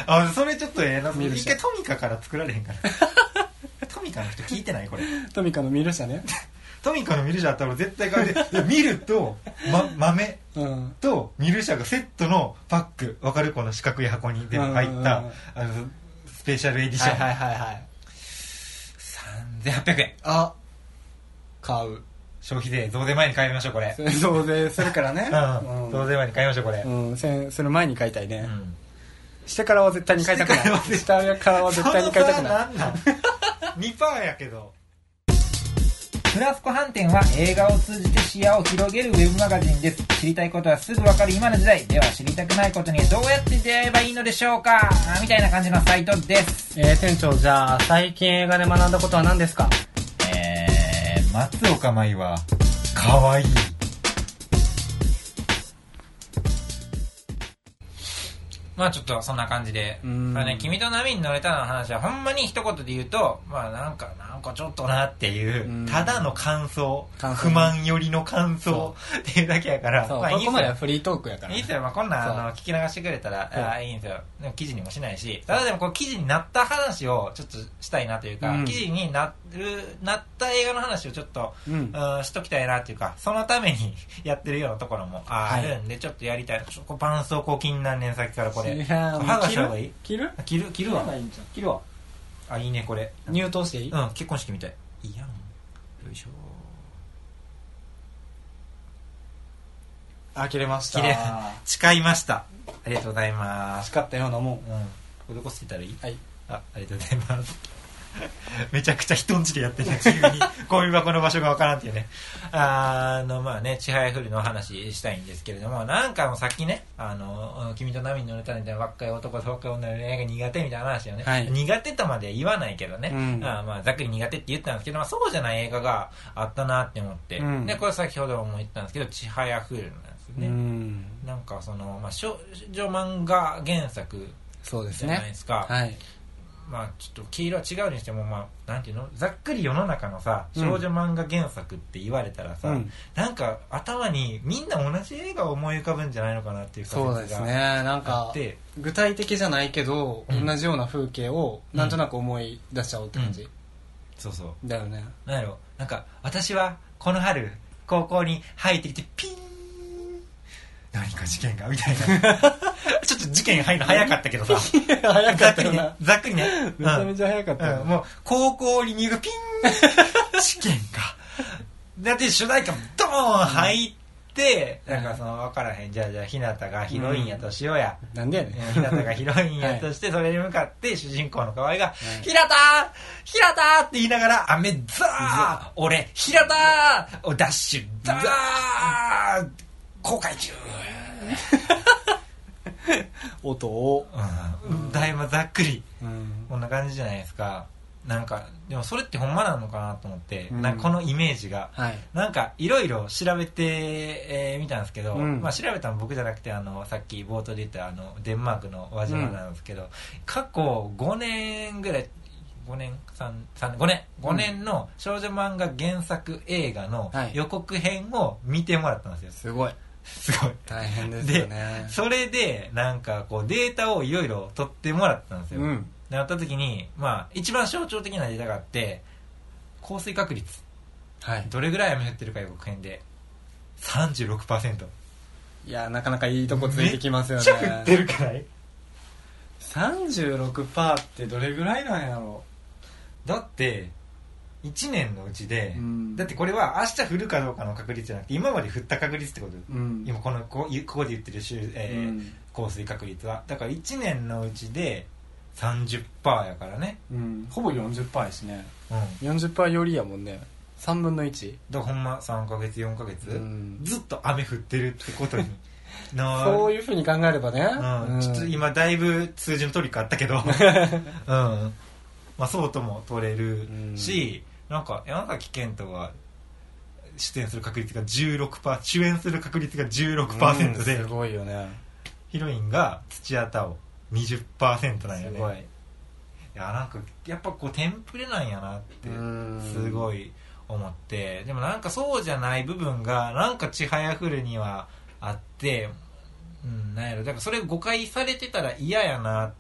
A: あそれちょっとええな
B: 見る
A: 一
B: 人
A: 回トミカから作られへんから <laughs> トミカの人聞いてないこれ
B: トミカの見る社ね
A: トミカのミルシャあったら俺絶対買う
B: <laughs>
A: ででミルと、ま、豆
B: うん
A: とミルシャがセットのパックわかるこの四角い箱にでも入った
B: うんうんうん
A: あのスペシャルエディシ
B: はい
A: ョン、
B: はいはいはい
A: 3800円
B: あ買う
A: 消費税増税前に買いましょうこれ、
B: 増税するからね
A: うん増税前に買いましょうこれ、うん
B: うん、せんする前に買いたいね、してからは絶対に買いたくない
A: して
B: してからは絶対に買いたくない
A: その差 <laughs> なんなん2パーやけどフラスコ飯店は映画を通じて視野を広げるウェブマガジンです知りたいことはすぐわかる今の時代では知りたくないことにどうやって出会えばいいのでしょうかみたいな感じのサイトです
B: えー、店長じゃあ最近映画で学んだことは何ですか
A: えー、松岡舞は可愛いまあちょっとそんな感じで、
B: うん
A: まあね、君と波に乗れたの話はほんまに一言で言うとまあなんかなんかちょっとなっていう、
B: うん
A: ただの感想
B: 感想
A: 不満寄りの感想っていうだけやから
B: そう、
A: まあいい
B: こ
A: っ
B: こ
A: す
B: までは
A: よ
B: フリートークやから
A: いいっすよ、まあ、こんなん
B: そう
A: あの聞き流してくれたら
B: そう
A: あーいいんですよでも記事にもしないしただでもこう記事になった話をちょっとしたいなというか、
B: うん
A: 記事になるなった映画の話をちょっと
B: うん
A: うん、しときたいなっていうか、そのために <laughs> やってるようなところもああ
B: はい
A: るんで、ちょっとやりたい。ちょっと絆創膏気になんねん、さっきからこれ。
B: いや
A: 剥がした方がいい
B: 切る
A: あ切る、切
B: 切
A: るわ。
B: いいんじゃん切るわ
A: あ、いいね、これ。
B: 入刀していい、
A: うん、結婚式みたい。いいやん。よいしょ。
B: あ切れました
A: 切れ
B: <laughs>
A: 誓いました。ありがとうございます
B: 欲。かったようなもん
A: うん。施してたらいい
B: はい
A: あ、ありがとうございます。 <laughs> めちゃくちゃ人んちでやってる
B: <laughs>
A: 急にゴミ箱の場所がわからんっていうねあのまあねちはやふるのお話したいんですけれどもなんかもうさっきね「あの君と波に乗れたみたいな若い男と若い女の恋愛が苦手」みたいな話をね、
B: はい
A: 苦手とまで言わないけどね、
B: うん
A: あまあざっくり苦手って言ったんですけど、まあ、そうじゃない映画があったなって思って、
B: うん
A: でこれ先ほども言ったんですけど「ちはやふる」なんですよね、
B: うん
A: なんかその、まあ、少女漫画原作
B: そうです
A: じゃないで
B: ね
A: すか
B: はい
A: まあ、ちょっと黄色は違うにしても、まあ、なんていうのざっくり世の中のさ
B: うん
A: 少女漫画原作って言われたらさ、
B: うん
A: なんか頭にみんな同じ映画を思い浮かぶんじゃないのかなっていう
B: そうですね
A: が
B: なん
A: あ
B: か
A: って
B: 具体的じゃないけど、
A: うん
B: 同じような風景をなんとなく思い出しちゃおうって感じ、
A: そうそう
B: だよね
A: なんやろなんか私はこの春高校に入ってきてピーン何か事件がみたいな
B: <laughs>
A: ちょっと事件入るの早かったけどさ
B: <laughs> 早
A: ざ
B: か
A: っ
B: っ
A: く
B: た
A: り
B: よ
A: ね
B: な
A: ざっくりね、
B: めちゃめちゃ早かったよ
A: うん、もう高校に入学ピン
B: <laughs>
A: 試験かだって主題歌ドーン入って、
B: うん
A: なんかその分からへんじゃあじゃあひなたがヒロインやとしようや、
B: <laughs> なんでやね
A: えーひなたがヒロインやと
B: <laughs>
A: して、それに向かって主人公の河合が「ひなたひなた!」って言いながら「雨ザー俺ひなたをダッシュザー後悔中!」
B: 音を、
A: うん、だいぶざっくり
B: うん
A: こんな感じじゃないですかなんかでもそれってほんまなのかなと思って、
B: うん
A: なんかこのイメージが
B: はい
A: なんかいろいろ調べてみ、えー見たんですけど、
B: うん
A: まあ、調べたの僕じゃなくてあのさっき冒頭で言ったあのデンマークの輪島なんですけど、過去5年ぐらい5年三三5年
B: うん
A: 5年の少女漫画原作映画の
B: はい
A: 予告編を見てもらったんですよ
B: すごい
A: すごい
B: 大変ですよね
A: それでなんかこうデータをいろいろ取ってもらったんですよ、
B: うん
A: なった時に、まあ、一番象徴的なデータがあって降水確率
B: はい
A: どれぐらい雨降ってるか予告編で36%
B: いやなかなかいいとこついてきますよ
A: めっ
B: ね
A: ちゃ降ってるくらい
B: 36%ってどれぐらいなんやろ
A: だって1年のうちで、
B: うん
A: だってこれは明日降るかどうかの確率じゃなくて今まで降った確率ってこと、
B: う、うん
A: 今このこうここで言ってる週、えー
B: うん
A: 降水確率はだから1年のうちで30%やからね
B: うん、ほぼ40%ですね
A: うん
B: 40%よりやもんね3分の1
A: だからほんま3ヶ月4ヶ月、
B: うん
A: ずっと雨降ってるって
B: <laughs>
A: ことにな
B: そういうふうに考えればね、
A: うんちょっと今だいぶ数字のトリックあった
B: <laughs>
A: けど、うんまあ、そうとも取れるし、なんか山崎賢人が出演する確率が16%主演する確率が16%で、
B: うんすごいよね
A: ヒロインが土屋太鳳20%なんよ
B: す
A: ね
B: ごい
A: いやなんかやっぱこうテンプレなんやなってす
B: い
A: ごい思ってでもなんかそうじゃない部分がなんかちはやふるにはあって、うん、なんやろだからそれ誤解されてたら嫌やなっ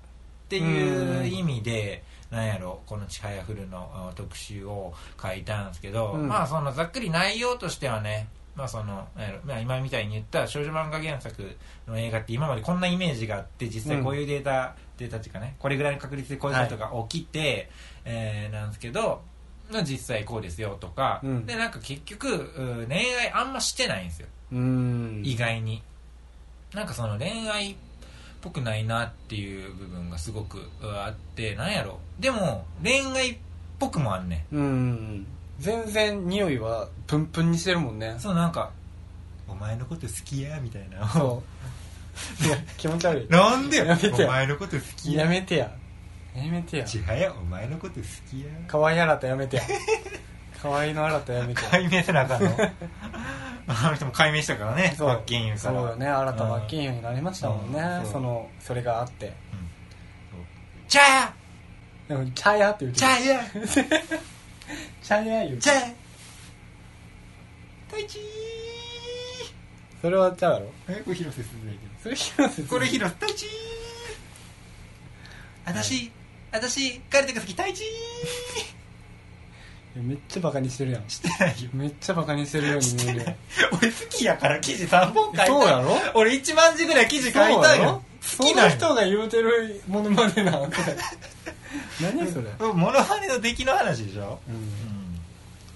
A: ていう意味で。なんやろこの「ちはやふる」のあの特集を書いたんですけど、
B: うん
A: まあそのざっくり内容としてはね、まあそのなんやろまあ、今みたいに言った少女漫画原作の映画って今までこんなイメージがあって実際こういうデータ、データっていうかねこれぐらいの確率でこういうことが起きて、えーなんですけどの実際こうですよとか、
B: うん
A: でなんか結局うん恋愛あんましてないんですよ、
B: うん
A: 意外になんかその恋愛っぽくないなっていう部分がすごくうんあってなんやろでも恋愛っぽくもあんね
B: うん全然匂いはプンプンにしてるもんね
A: んそうなんか「お前のこと好きや」みたいな <laughs>
B: そういや気持ち悪い
A: なんでよ
B: やめて
A: お前のこと好き
B: や
A: や
B: めてややめてや
A: ちはやお前のこと好きや
B: 可愛い新たやめてや可愛いの新たやめてや
A: 解明せなあか
B: <laughs>
A: んのあの人も解明したからね
B: そう
A: マッキンユーか
B: そう
A: ら
B: よね新た
A: うん
B: 真剣佑になりましたもんね、
A: うんそう
B: そのそれがあって
A: チャヤ
B: でも「チャヤ」って言うて
A: チ
B: <laughs>
A: ャヤ
B: チャヤ」言うて
A: チャヤ太一
B: それはちゃうやろ
A: えこれ広瀬すずやけ
B: それ広瀬すず
A: どこれ広瀬太一私私彼とが好き太一
B: いやめっちゃバカにしてるやん
A: してないよ
B: めっちゃバカにしてるように見えるやん
A: 俺好きやから記事3本書いた
B: そうやろ
A: 俺1万字ぐらい記事書い
B: そう
A: た
B: やろ
A: よ
B: そ
A: 好き
B: の
A: な
B: 人が言うてるものまでなそれ <laughs> 何それ
A: うんモノマネの出来の話でしょ
B: うん
A: うん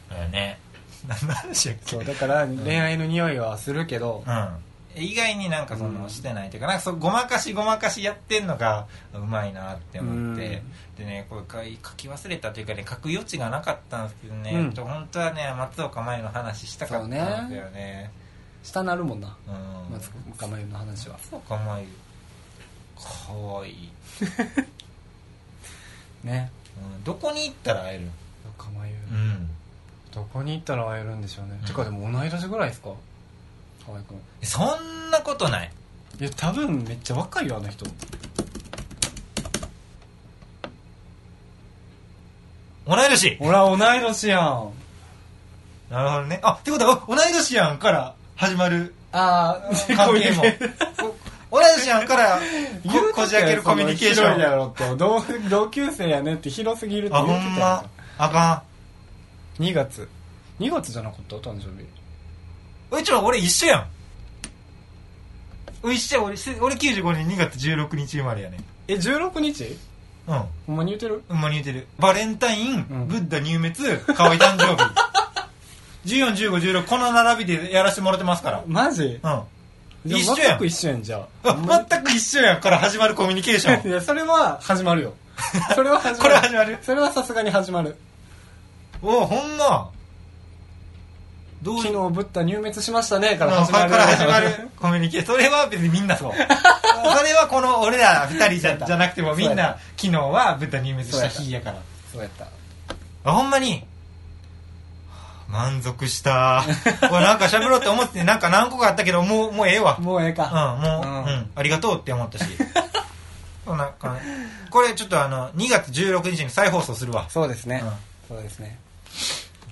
A: だよね何の話やっけ
B: そうだから恋愛の匂いはするけど、
A: うん、意外になんかその、
B: うん
A: してないというかなんかそうごまかしごまかしやってんのがうまいなって思って、でねこれ書い書き忘れたというかね書く余地がなかったんですけどね、
B: うん
A: と本当はね松岡茉優の話したかったんだよね
B: 下なるもんな
A: うん、
B: 松岡茉優の話は
A: 松岡茉優かわいい、
B: ね
A: うん、どこに行ったら会える
B: 岡真優、
A: うん
B: どこに行ったら会えるんでしょうね、
A: うん
B: てかでも同い年ぐらいですか河合君
A: そんなことない
B: いや多分めっちゃ若いよあの人
A: 同い年
B: <laughs> ほら同い年やんあ
A: なるほどねあってことはお同い年やんから始まる
B: あ
A: 関係もこ同い年やんから
B: 言う
A: ここじ開けるコミュニケーション
B: やろって同同級生やねって広すぎるって
A: あ
B: 言っ
A: ほ
B: て
A: ん
B: たやん
A: まあか
B: 2月2月じゃなかった誕生日
A: んうちは俺一緒やん俺一緒や俺せ俺95年2月16日生まれやね
B: え16日
A: うん
B: ほんまに言うてる
A: ほんまに言うてるバレンタイン、
B: うん
A: ブッダ入滅河合誕 <laughs> 生日141516この並びでやらせてもらってますから
B: マジ
A: うん
B: じゃあ
A: 一緒やん
B: 全く一緒やんじゃあ
A: あ全く一緒やんから始まるコミュニケーショ
B: い <laughs>
A: ン
B: やそれは始まるよそれは始まる
A: これ始まる
B: それはさすがに始まる
A: おほんまどう
B: 昨日ブッダ入滅しましたねから
A: うん
B: 始
A: これ
B: まる
A: から始まるコミュニケーションそれは別にみん
B: <laughs>
A: なそうそれはこの俺ら二人じ
B: そうやっ
A: ゃ
B: た
A: じゃなくてもみん
B: そうや
A: な昨日は豚入滅した日やから
B: <laughs> そうやった
A: あほんまに満足した <laughs> 俺なんか喋ろうって思っててなんか何個かあったけどもうもうええわ
B: もうええか、
A: うんもう、うん
B: うん
A: ありがとうって思ったし <laughs> そんな感じこれちょっとあの2月16日に再放送するわ
B: そうですね、
A: うん
B: そうですね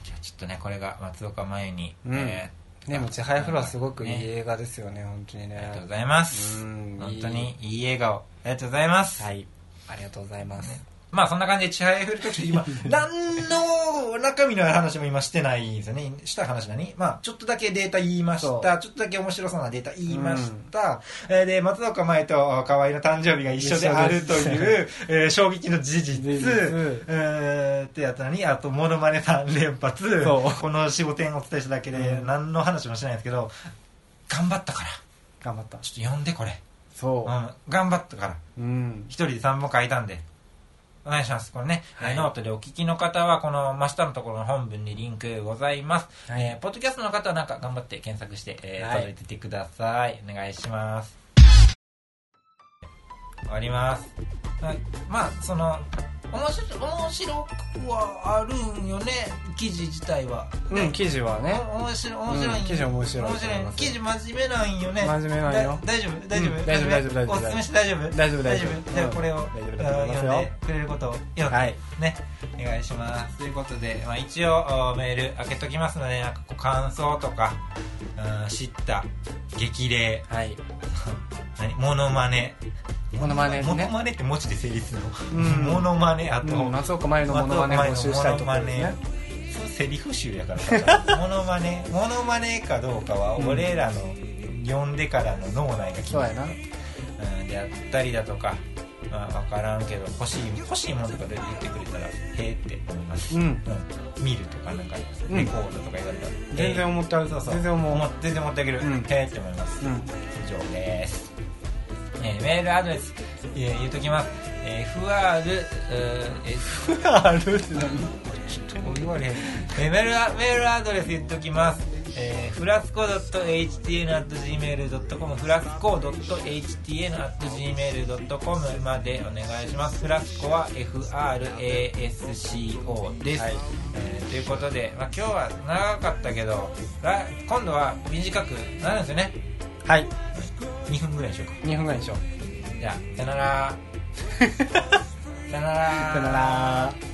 A: じゃあちょっとねこれが松岡真優に、
B: うん
A: えー
B: ねもちはやふるはすごくいい
A: ね
B: 映画ですよね本当にね
A: ありがとうございます
B: うん
A: 本当にいい笑顔ありがとうございます、
B: はいありがとうございます
A: まあそんな感じでちはやふるとき
B: <laughs>
A: 今何の中身の話も今してないんですよねした話何まあちょっとだけデータ言いまし
B: そう
A: たちょっとだけ面白そうなデータ言いました、えーで松岡前と河合の誕生日が一緒であるという、えー衝撃の事実
B: 事実
A: えーってやったのにあとモノマネ3連発
B: そう
A: この45点お伝えしただけで
B: うん
A: 何の話もしてないんですけど頑張ったから
B: 頑張った
A: ちょっと呼んでこれ、う
B: そ
A: ん、頑張ったから
B: ううん
A: 一人で3本書いたんでお願いしますこれね、
B: はい
A: えーノートでお聞きの方はこの真下のところの本文にリンクございます、
B: はい
A: えーポッドキャストの方はなんか頑張って検索して、えー
B: はい
A: 届いててくださいお願いします終わりますはいまあその面白面白くはあるんよね記事自体は、ね
B: うん記事はね
A: お面白い面白い、
B: うん記事面白い
A: 面白い記事真面目なんよね
B: 真面目なんよ
A: だ大丈夫大丈夫、
B: うん大丈夫大丈夫大丈
A: お
B: 夫
A: すすめして大丈夫
B: 大丈夫大丈夫
A: じゃあ
B: うん
A: これを、
B: 大丈夫だと思いますよ
A: あー読んでくれることをよろしく
B: はい
A: ねお願いしますということで、まあ、一応あーメール開けときますのでなんかこう感想とかうん知った激励
B: はい
A: 何モノマネ
B: モノマネね
A: モノマネって文字で成立するの、
B: うん
A: <laughs> モノマネあと、
B: うん松岡前のモノマネ募集したいところですね
A: そうセリフ集やからさ
B: <laughs>
A: モノマネモノマネかどうかは俺らの呼んでからの脳内が決
B: そう
A: ま
B: や
A: る
B: な
A: うんであったりだとかまあ分からんけど欲しい欲しいものとかで言ってくれたらへえって思います、
B: うん
A: うん見るとかなんか
B: うん
A: レコードとか言われたら、
B: 全
A: へ
B: 然思ってあ
A: え
B: る
A: そうそう
B: 全然思う
A: 思っ全然持ってあげる、
B: うん
A: へえって思います、
B: うん
A: 以上です、えーメールアドレス、えー言うときます、えー FR、えー
B: <laughs> あるって
A: ち
B: 何
A: ょっと言われへんえーメールアメールアドレス言っときます、えーフラスコ .htn.gmail.com フラスコ .htn.gmail.com までお願いしますフラスコは FRASCO です、
B: はい
A: えーということで、まあ、今日は長かったけどら今度は短くなるんですよね
B: はい
A: 2分ぐらいでしょうか
B: 2分ぐらいでしょ
A: <laughs> じゃあさよならさよなら
B: さよなら